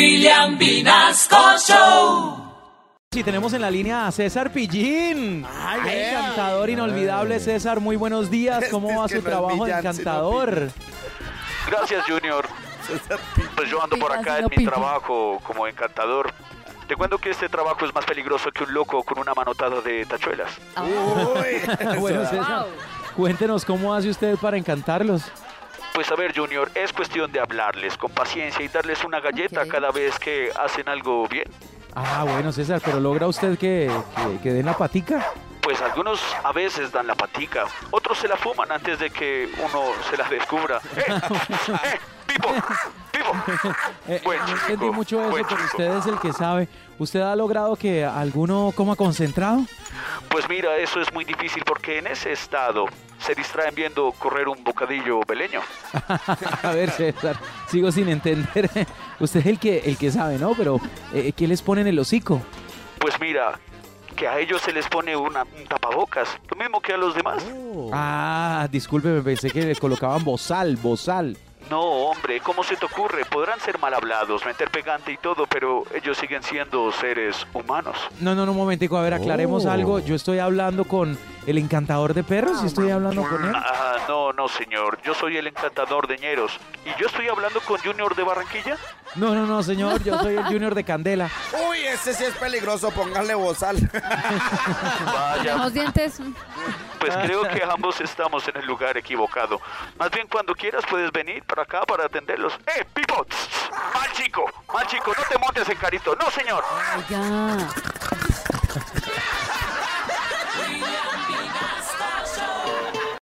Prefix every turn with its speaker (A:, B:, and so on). A: William Vinasco Show.
B: Si tenemos en la línea a César Pillín. Ay, cantador inolvidable, César. Muy buenos días. ¿Cómo
C: eh. Este
B: va su
C: es que no es
B: trabajo de
C: Millán, sino
B: cantador?
D: Gracias, Junior. Pues yo ando por acá en mi trabajo como encantador. Te cuento que este trabajo es más peligroso que un loco con una manotada de tachuelas.
C: Uy,
B: bueno, César, cuéntenos cómo hace usted para encantarlos.
D: Pues a ver, Junior, es cuestión de hablarles con paciencia y darles una galleta
E: Ok.
D: cada vez que hacen algo bien.
B: Ah, bueno, César, pero logra usted que, que, que den la patica.
D: Pues algunos a veces dan la patica, otros se la fuman antes de que uno se la descubra. ¡Eh! ¡Eh! ¡Pipo! ¡Pipo!
B: Eh,
C: Pues
D: Buen
B: no
D: chico,
B: entendí mucho eso,
D: buen
B: pero
D: chico.
B: usted es el que sabe. ¿Usted ha logrado que alguno coma concentrado?
D: Pues mira, eso es muy difícil porque en ese estado se distraen viendo correr un bocadillo beleño.
B: a ver, César, sigo sin entender. usted es el que, el que sabe, ¿no? Pero, eh, ¿qué les pone en el hocico?
D: Pues mira, que a ellos se les pone una, un tapabocas, lo mismo que a los demás.
B: Ah, discúlpeme, pensé que le colocaban bozal, bozal.
D: No, hombre, ¿cómo se te ocurre? Podrán ser mal hablados, meter pegante y todo, pero ellos siguen siendo seres humanos.
B: No, no, no, un momentico, a ver, aclaremos algo. Yo estoy hablando con el encantador de perros y estoy hablando con él.
D: Ah, no, no, señor. Yo soy el encantador de ñeros. ¿Y yo estoy hablando con Junior de Barranquilla?
B: No, no, no, señor, yo soy el Junior de Candela.
C: uy, ese sí es peligroso, póngale bozal.
D: Vaya,
E: Los dientes.
D: pues creo que ambos estamos en el lugar equivocado. Más bien, cuando quieras puedes venir para acá para atenderlos. ¡Eh, Pipo! Mal chico, mal chico, no te montes en carito. No, señor.
E: Oiga.